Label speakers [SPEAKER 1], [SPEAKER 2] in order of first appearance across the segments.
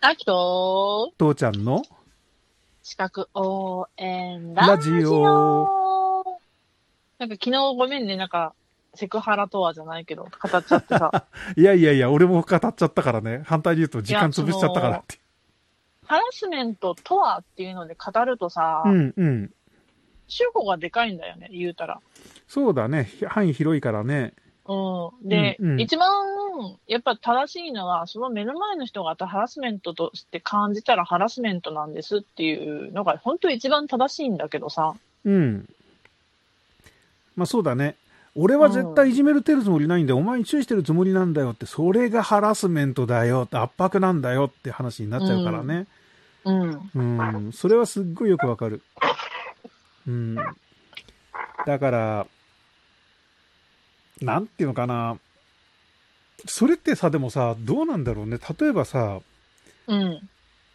[SPEAKER 1] あきと、
[SPEAKER 2] 父ちゃんの
[SPEAKER 1] 資格応援ラ
[SPEAKER 2] ラ
[SPEAKER 1] ジ
[SPEAKER 2] ジ
[SPEAKER 1] オ
[SPEAKER 2] オ
[SPEAKER 1] なんか昨日ごめんね、なんか、セクハラとはじゃないけど、語っちゃって さ。
[SPEAKER 2] いやいやいや、俺も語っちゃったからね。反対に言うと時間潰しちゃったからって。
[SPEAKER 1] ハラスメントとはっていうので語るとさ、
[SPEAKER 2] うんうん。
[SPEAKER 1] 主語がでかいんだよね、言うたら。
[SPEAKER 2] そうだね。範囲広いからね。
[SPEAKER 1] うん。で、
[SPEAKER 2] うんうん
[SPEAKER 1] 一番、やっぱ正しいのは、その目の前の人がハラスメントとして感じたらハラスメントなんですっていうのが、本当一番正しいんだけどさ。
[SPEAKER 2] うん。まあそうだね。俺は絶対いじめるてるつもりないんだよ。お前に注意してるつもりなんだよって、それがハラスメントだよって、圧迫なんだよって話になっちゃうからね。
[SPEAKER 1] うん。
[SPEAKER 2] うん。それはすっごいよくわかる。うん。だから、なんていうのかな。それってさ、でもさ、どうなんだろうね。例えばさ、
[SPEAKER 1] うん。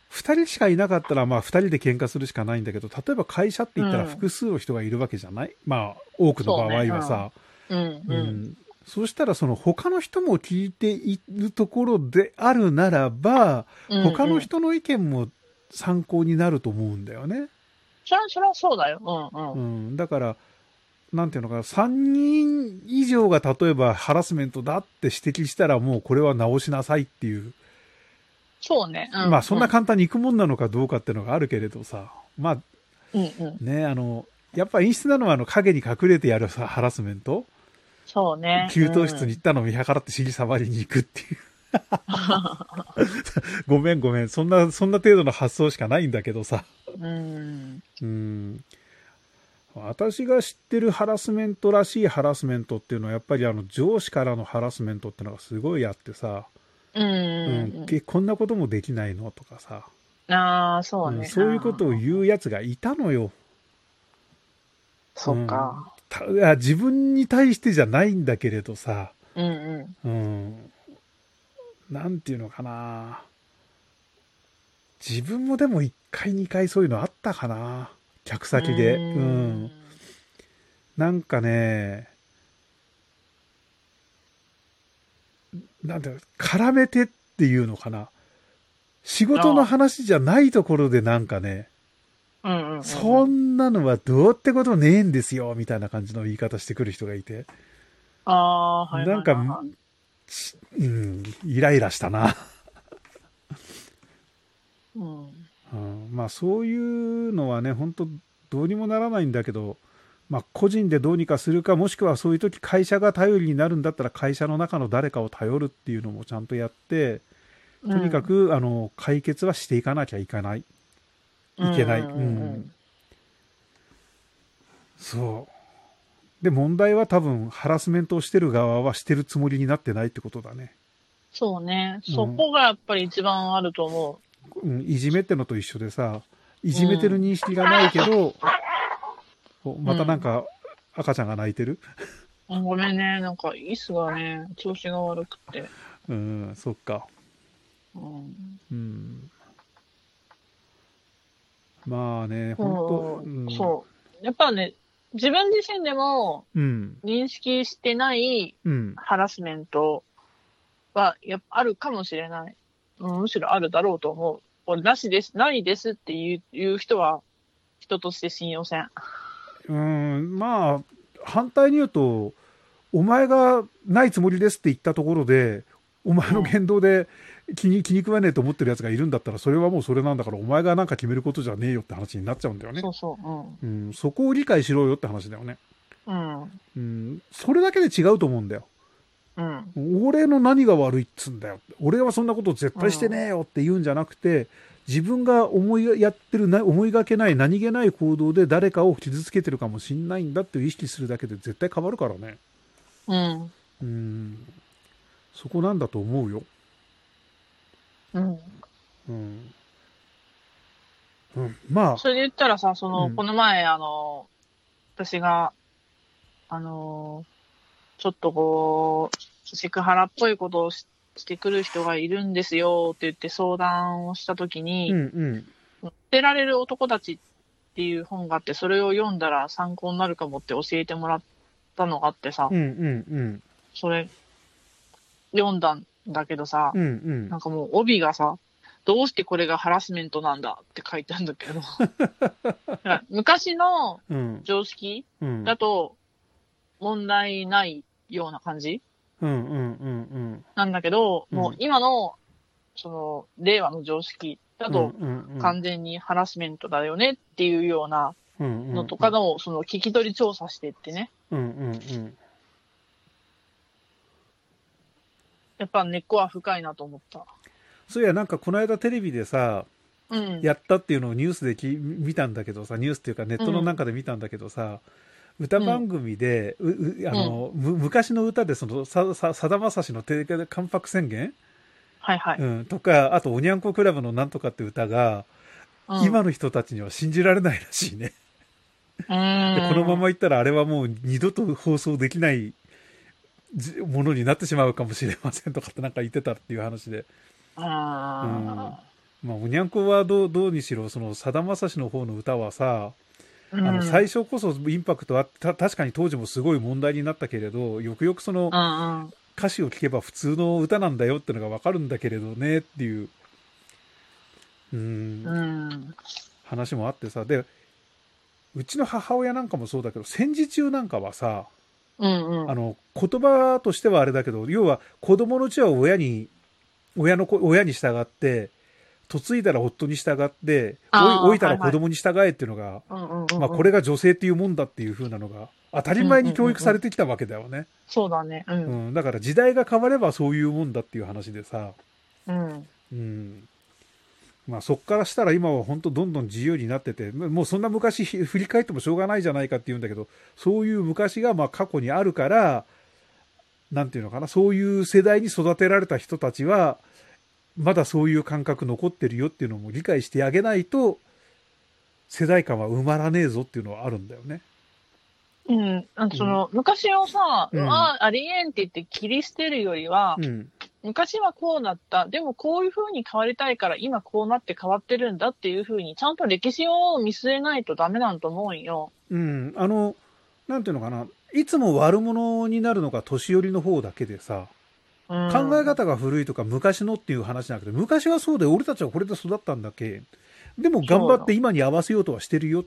[SPEAKER 2] 二人しかいなかったら、まあ二人で喧嘩するしかないんだけど、例えば会社って言ったら
[SPEAKER 1] うん
[SPEAKER 2] 複数の人がいるわけじゃない、まあ多くの場合はさ。
[SPEAKER 1] うん。
[SPEAKER 2] う
[SPEAKER 1] うん。
[SPEAKER 2] ん。そうしたら、その他の人も聞いているところであるならば、
[SPEAKER 1] うん
[SPEAKER 2] 他の人の意見も参考になると思うんだよね。
[SPEAKER 1] そりゃ、そりゃそうだよ。うんうん。
[SPEAKER 2] うん、だから、なんていうのかな、3人以上が例えばハラスメントだって指摘したら、もうこれは直しなさいっていう、
[SPEAKER 1] そうね。う
[SPEAKER 2] まあそんな
[SPEAKER 1] 感
[SPEAKER 2] 簡単にいくもんなのかどうかっていうのがあるけれどさ、まあ
[SPEAKER 1] じ。うんうん。
[SPEAKER 2] ね、あの、やっぱ演出なのはあの影に隠れてやるさハラスメント、
[SPEAKER 1] そうね。
[SPEAKER 2] 給湯室に行ったのを見計らって尻触りに行くって いう。ごめんごめん、そんな、そんな程度の発想しかないんだけどさ。
[SPEAKER 1] うん。うん。
[SPEAKER 2] うん私が知ってるハラスメントらしいハラスメントっていうのはやっぱりあの上司からのハラスメントっていうのがすごいあってさ、
[SPEAKER 1] うん
[SPEAKER 2] うん
[SPEAKER 1] うん
[SPEAKER 2] けこんなこともできないのとかさ
[SPEAKER 1] うん。ああ、そう
[SPEAKER 2] うん
[SPEAKER 1] ね。
[SPEAKER 2] そういうことを
[SPEAKER 1] う。
[SPEAKER 2] 言うやつがいたのよ
[SPEAKER 1] そっか。
[SPEAKER 2] たいや自分に対してじゃないんだけれどさ、
[SPEAKER 1] うんうん。
[SPEAKER 2] うん、なんていうのかな自分もでも1回2回そういうのあったかな客先でうん。なんかね、なんだろう、絡めてっていうのかな。仕事の話じゃないところでなんかね、
[SPEAKER 1] うんうん。
[SPEAKER 2] そ
[SPEAKER 1] うん。
[SPEAKER 2] んなのはどうってことねえんですよ、みたいな感じの言い方してくる人がいて、
[SPEAKER 1] ああー、はいはいはいはい。
[SPEAKER 2] なんかちうん、イライラしたな。
[SPEAKER 1] うん。
[SPEAKER 2] うん、まあそういうのはね、本当どうにもならないんだけど、まあ個人でどうにかするか、もしくはそういう時会社が頼りになるんだったら会社の中の誰かを頼るっていうのもちゃんとやって、
[SPEAKER 1] と
[SPEAKER 2] とにかく、あの解決はしていかなきゃいかないいけない、
[SPEAKER 1] うんう
[SPEAKER 2] うん
[SPEAKER 1] ん
[SPEAKER 2] そうで問題は多分ハラスメントをしてる側はしてるつもりになってないってことだね、
[SPEAKER 1] そうね。
[SPEAKER 2] うん
[SPEAKER 1] そこがやっぱり一番あると思
[SPEAKER 2] うん、いじめってのと一緒でさいじめてる認識がないけど、おまたなんか赤ちゃんが泣いてる
[SPEAKER 1] う。うんごめんね。なんか、椅子がね、調子が悪くて。
[SPEAKER 2] うん、そっか
[SPEAKER 1] うん。
[SPEAKER 2] うんまあね
[SPEAKER 1] そ
[SPEAKER 2] 本当、うん、
[SPEAKER 1] う。そう。やっぱね、自分自身でも
[SPEAKER 2] うん
[SPEAKER 1] 認識してない
[SPEAKER 2] うん
[SPEAKER 1] ハラスメントはやっぱあるかもしれない。うんむしろあるだろうと思う。俺、なしです、ないですっていういう人は、人として信用せん。
[SPEAKER 2] うん、まあ、反対に言うと、お前がないつもりですって言ったところで、お前の言動で気に気に食わねえと思ってるやつがいるんだったら、それはもうそれなんだから、お前がなんか決めることじゃねえよって話になっちゃうんだよね
[SPEAKER 1] そ。うそう、
[SPEAKER 2] うん、そこを理解しろよって話だよね。
[SPEAKER 1] うん。うん。
[SPEAKER 2] うん、それだけで違うと思うんだよ。
[SPEAKER 1] うん。
[SPEAKER 2] 俺の何が悪いっつんだよ。俺はそんなこと絶対してねえよって言うんじゃなくて、自分が思いやってるな、思いがけない何気ない行動で誰かを傷つけてるかもしんないんだっていう意識するだけで絶対変わるからね。
[SPEAKER 1] うん。
[SPEAKER 2] うん。そこなんだと思うよ。
[SPEAKER 1] うん。
[SPEAKER 2] うん。うん、まあ、
[SPEAKER 1] それで言ったらさ、その、
[SPEAKER 2] うん
[SPEAKER 1] この前、あの、私が、あの、ちょっとこう、セクハラっぽいことをししてくる人がいるんですよって言って相談をしたときに、
[SPEAKER 2] うんうん。
[SPEAKER 1] 捨てられる男たちっていう本があって、それを読んだら参考になるかもって教えてもらったのがあってさ
[SPEAKER 2] うん、うん
[SPEAKER 1] それ読んだんだけどさ、
[SPEAKER 2] うん。うんうん
[SPEAKER 1] なんかもう帯がさ、どうしてこれがハラスメントなんだって書いてあるんだ けど。はい昔の
[SPEAKER 2] うん。
[SPEAKER 1] 常識
[SPEAKER 2] うん。
[SPEAKER 1] だと問題ないような感じ
[SPEAKER 2] うんうんうん
[SPEAKER 1] なんだけど、
[SPEAKER 2] うん
[SPEAKER 1] もう今の、その、令和の常識だ
[SPEAKER 2] うん。
[SPEAKER 1] と
[SPEAKER 2] うんうんうん、
[SPEAKER 1] 完全にハラスメントだよねっていうようなの
[SPEAKER 2] の
[SPEAKER 1] とかの、その聞き取り調査してってね。
[SPEAKER 2] うんうんうん。
[SPEAKER 1] やっぱ根っこは深いなと思った。
[SPEAKER 2] そういや、なんかこの間テレビでさ、
[SPEAKER 1] うん。
[SPEAKER 2] やったっていうのをニュースでき見たんだけどさ、ニュースっていうかネットの中で見たんだけどさ、歌番組で、ううあの、む昔の歌でその、さ、さ、さだまさしの定価で関白宣言、
[SPEAKER 1] はいはい。
[SPEAKER 2] うん、とか、あと、おにゃんこクラブのなんとかって歌が、
[SPEAKER 1] うん
[SPEAKER 2] 今の人たちには信じられないらしいね。で
[SPEAKER 1] うん
[SPEAKER 2] このままいったらあれはもう二度と放送できないじものになってしまうかもしれませんとかってなんか言ってたっていう話で。
[SPEAKER 1] あ
[SPEAKER 2] まあ、おにゃんこはどうどうにしろ、その、さだまさしの方の歌はさ、
[SPEAKER 1] ー、
[SPEAKER 2] あ
[SPEAKER 1] うん
[SPEAKER 2] の、最初こそインパクトあって、た確かに当時もすごい問題になったけれど、よくよくその
[SPEAKER 1] うんうん。
[SPEAKER 2] 歌詞を聞けば普通の歌なんだよってのがわかるんだけれどね、っていう、うん、
[SPEAKER 1] うん。
[SPEAKER 2] 話もあってさ、で、うちの母親なんかもそうだけど、戦時中なんかはさ、
[SPEAKER 1] うんうん。
[SPEAKER 2] あの、言葉としてはあれだけど、要は子供のうちは親に、親の子、親に従って、嫁いだら夫に従って、
[SPEAKER 1] あー
[SPEAKER 2] 老い老いたら
[SPEAKER 1] はいは
[SPEAKER 2] 子
[SPEAKER 1] い
[SPEAKER 2] 供に従えっていうのが、
[SPEAKER 1] うんうんうんうん
[SPEAKER 2] まあこれが女性っていうもんだっていう風なのが、当たり前に教育されてきたわけだよね。
[SPEAKER 1] そうだね。う。
[SPEAKER 2] うんん、だから時代が変わればそういうもんだっていう話でさ、
[SPEAKER 1] うん。
[SPEAKER 2] うん。まあそっからしたら今は本当どんどん自由になってて、もうそんな昔ひ振り返ってもしょうがないじゃないかって言うんだけど、そういう昔がまあ過去にあるから、なんていうのかな、そういう世代に育てられた人たちは、まだそういう感覚残ってるよっていうのも理解してあげないと、世代間は埋まらねえぞっていうのはあるんだよね。
[SPEAKER 1] うん。なんかその、昔をさ、
[SPEAKER 2] う
[SPEAKER 1] うんわ、ありえんって言って切り捨てるよりは、
[SPEAKER 2] うん。
[SPEAKER 1] 昔はこうだった。でもこういう風に変わりたいから今こうなって変わってるんだっていう風に、ちゃんと歴史を見据えないとダメなんと思うんよ。
[SPEAKER 2] うん。あの、なんていうのかな、いつも悪者になるのが年寄りの方だけでさ、
[SPEAKER 1] うん、
[SPEAKER 2] 考え方が古いとか昔のっていう話じゃなくて、昔はそうで俺たちはこれで育ったんだっけ。でも頑張って今に合わせようとはしてるよ。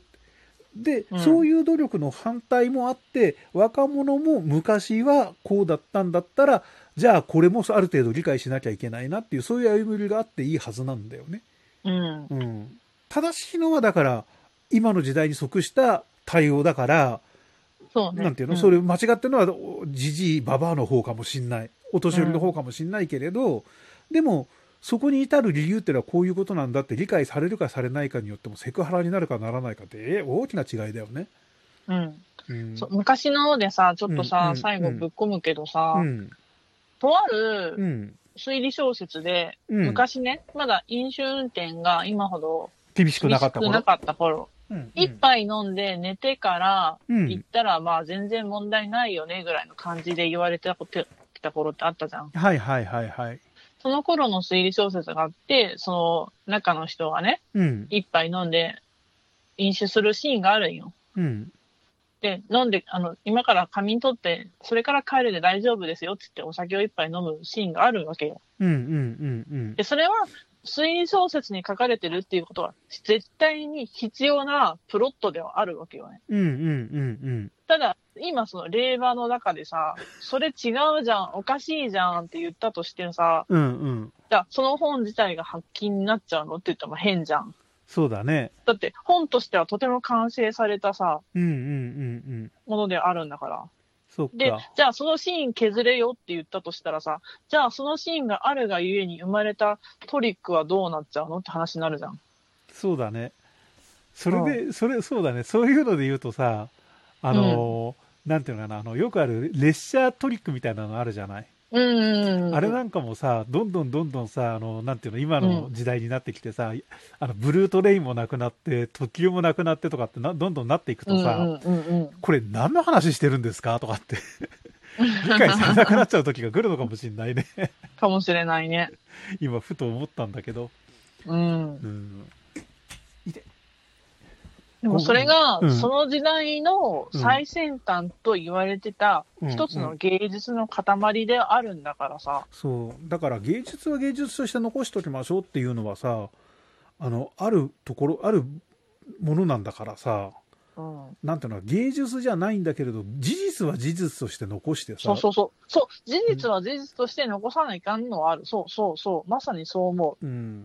[SPEAKER 2] で、
[SPEAKER 1] うん
[SPEAKER 2] そういう努力の反対もあって、若者も昔はこうだったんだったら、じゃあこれもある程度理解しなきゃいけないなっていう、そういう歩み寄りがあっていいはずなんだよね。
[SPEAKER 1] うん。
[SPEAKER 2] うん。正しいのはだから、今の時代に即した対応だから、
[SPEAKER 1] そうね。
[SPEAKER 2] なんていうの、
[SPEAKER 1] ん
[SPEAKER 2] それ間違ってるのは、おじじい、ばばあの方かもしんない。お年寄りの方かもしんないけれど、でも、そこに至る理由っていうのはこういうことなんだって理解されるかされないかによってもセクハラになるかならないかって、えー大きな違いだよね。
[SPEAKER 1] うん。
[SPEAKER 2] うん。
[SPEAKER 1] そう昔のでさ、ちょっと
[SPEAKER 2] うん
[SPEAKER 1] さ、
[SPEAKER 2] うん
[SPEAKER 1] 最後ぶっ込むけどさ、
[SPEAKER 2] うん。
[SPEAKER 1] とある
[SPEAKER 2] うん。
[SPEAKER 1] 推理小説で、
[SPEAKER 2] うん
[SPEAKER 1] 昔ね、まだ飲酒運転が今ほど
[SPEAKER 2] 厳しく
[SPEAKER 1] 厳
[SPEAKER 2] な
[SPEAKER 1] し
[SPEAKER 2] かった
[SPEAKER 1] く
[SPEAKER 2] 頃
[SPEAKER 1] なかった頃、
[SPEAKER 2] うん
[SPEAKER 1] 一杯飲んで寝てから
[SPEAKER 2] うん
[SPEAKER 1] 行ったら、まあ全然問題ないよねぐらいの感じで言われてきた頃ってあったじゃん。
[SPEAKER 2] はいはいはいはい。
[SPEAKER 1] その頃の推理小説があって、その中の人がね、
[SPEAKER 2] うん。
[SPEAKER 1] 一杯飲んで飲酒するシーンがあるんよ。
[SPEAKER 2] うん。
[SPEAKER 1] で、飲んで、あの、今から仮眠取って、それから帰るで大丈夫ですよってってお酒を一杯飲むシーンがあるわけよ。
[SPEAKER 2] うんうんうん
[SPEAKER 1] で、それは推理小説に書かれてるっていうことは、絶対に必要なプロットではあるわけよね。
[SPEAKER 2] うん。うんうんうん
[SPEAKER 1] ただ、今その令和の中でさ、それ違うじゃん、おかしいじゃんって言ったとしてさ、
[SPEAKER 2] うん。うんうん。
[SPEAKER 1] じゃあその本自体が発禁になっちゃうのって言っても変じゃん。
[SPEAKER 2] そうだね。
[SPEAKER 1] だって本としてはとても完成されたさ、
[SPEAKER 2] うんうんうんうん。
[SPEAKER 1] ものであるんだから。
[SPEAKER 2] そっ
[SPEAKER 1] で
[SPEAKER 2] か。、
[SPEAKER 1] じゃあそのシーン削れよって言ったとしたらさ、じゃあそのシーンがあるがゆえに生まれたトリックはどうなっちゃうのって話になるじゃん。
[SPEAKER 2] そうだね。それで、それ、そうだね。そういうので言うとさ、あのー、なんていうのかな、あの、よくある列車トリックみたいなのあるじゃない、
[SPEAKER 1] うん。
[SPEAKER 2] あれなんかもさ、どんどんどんどんさ、あの、なんていうの、今の時代になってきてさ、あの、ブルートレインもなくなって、特急もなくなってとかってな、どんどんなっていく
[SPEAKER 1] うん
[SPEAKER 2] と
[SPEAKER 1] う
[SPEAKER 2] さ、
[SPEAKER 1] んうんうん。
[SPEAKER 2] これ何の話してるんですかとかって、理解されなくなっちゃう時が来るのかもしんないね。
[SPEAKER 1] かもしれないね。
[SPEAKER 2] 今、ふと思ったんだけど。
[SPEAKER 1] うん。
[SPEAKER 2] うん。いて。
[SPEAKER 1] でもそれが
[SPEAKER 2] う、ん
[SPEAKER 1] その時代の最先端と言われてた、
[SPEAKER 2] うん
[SPEAKER 1] 一つの芸術の塊であるんだからさ。
[SPEAKER 2] そうだから芸術は芸術として残しておきましょうっていうのはさあのあるところあるものなんだからさ
[SPEAKER 1] うん。
[SPEAKER 2] なんていうの芸術じゃないんだけれど事実は事実として残してさ
[SPEAKER 1] そうそうそう。そう、事実は事実として残さないかんのはある。そうそうそう。まさにそう思
[SPEAKER 2] うん、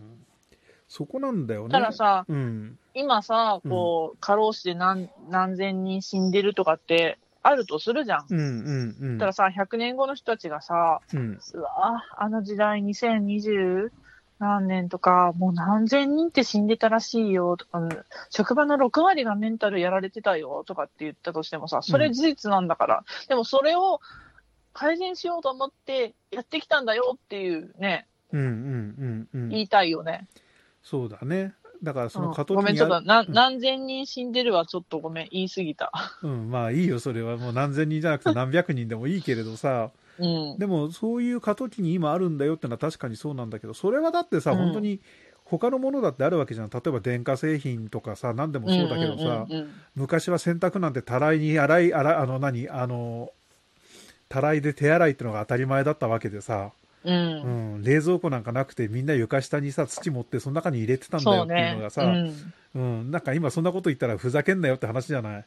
[SPEAKER 2] そこなんだよ
[SPEAKER 1] う。
[SPEAKER 2] ね
[SPEAKER 1] たださ、
[SPEAKER 2] うん、
[SPEAKER 1] 今さ、こう、過労死で何何千人死んでるとかってあるとするじゃん。
[SPEAKER 2] うんうんうん
[SPEAKER 1] たださ、100年後の人たちがさ、
[SPEAKER 2] うん
[SPEAKER 1] うわあの時代2020何年とか、もう何千人って死んでたらしいよとか、うん職場の6割がメンタルやられてたよとかって言ったとしてもさ、それ事実なんだから、でもそれを改善しようと思ってやってきたんだよっていうね、
[SPEAKER 2] うんうんうんう
[SPEAKER 1] 言
[SPEAKER 2] ん
[SPEAKER 1] いたいよね。
[SPEAKER 2] そうだねだからその
[SPEAKER 1] うん
[SPEAKER 2] 過渡
[SPEAKER 1] ごめん、ちょっとな
[SPEAKER 2] うん
[SPEAKER 1] 何千人死んでるはちょっとごめん、言い過ぎた。
[SPEAKER 2] うん、まあいいよそれはもう何千人じゃなくて何百人でもいいけれどさ
[SPEAKER 1] うん。
[SPEAKER 2] でもそういう過渡期に今あるんだよってのは確かにそうなんだけどそれはだってさ、
[SPEAKER 1] うん
[SPEAKER 2] 本当に他のものだってあるわけじゃん例えば電化製品とかさ何でもそうだけどさ、
[SPEAKER 1] うんうんうんうん
[SPEAKER 2] 昔は洗濯なんてたらいに洗い洗いあの何あのたらいで手洗いってのが当たり前だったわけでさ、
[SPEAKER 1] うん
[SPEAKER 2] う。ん、冷蔵庫なんかなくてみんな床下にさ土持ってその中に入れてたんだよっていうのがさ
[SPEAKER 1] そう
[SPEAKER 2] う、
[SPEAKER 1] ね
[SPEAKER 2] ん、なんか今そんなこと言ったらふざけんなよって話じゃない、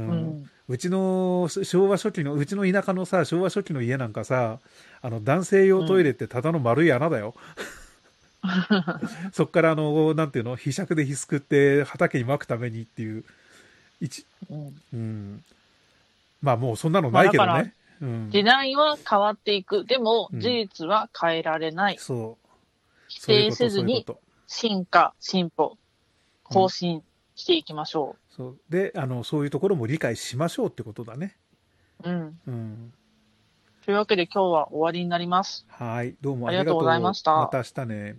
[SPEAKER 1] うんんうん
[SPEAKER 2] うちの昭和初期のうちの田舎のさ昭和初期の家なんかさあの男性用トイレってただの丸い穴 だよ、そっからあのなんていうのひしゃくでひすくって畑にまくためにっていう一
[SPEAKER 1] うん
[SPEAKER 2] うんまあもうそんなのないけど
[SPEAKER 1] まあだ
[SPEAKER 2] ね、うん、
[SPEAKER 1] 時代は変わっていく。でも、
[SPEAKER 2] うん
[SPEAKER 1] 事実は変えられない。
[SPEAKER 2] そう
[SPEAKER 1] 否
[SPEAKER 2] そうい
[SPEAKER 1] 定
[SPEAKER 2] うこ
[SPEAKER 1] せ
[SPEAKER 2] とそ
[SPEAKER 1] ず
[SPEAKER 2] ういう
[SPEAKER 1] に、
[SPEAKER 2] こと
[SPEAKER 1] 進化、進歩、更新していきましょ
[SPEAKER 2] そうであのそういうところも理解しましょうってことだね
[SPEAKER 1] う。うん。
[SPEAKER 2] うん
[SPEAKER 1] というわけで今日は終わりになります。
[SPEAKER 2] はいどうも
[SPEAKER 1] あ
[SPEAKER 2] あ
[SPEAKER 1] り
[SPEAKER 2] り
[SPEAKER 1] がと
[SPEAKER 2] がと
[SPEAKER 1] う
[SPEAKER 2] う
[SPEAKER 1] ございました
[SPEAKER 2] また明日ね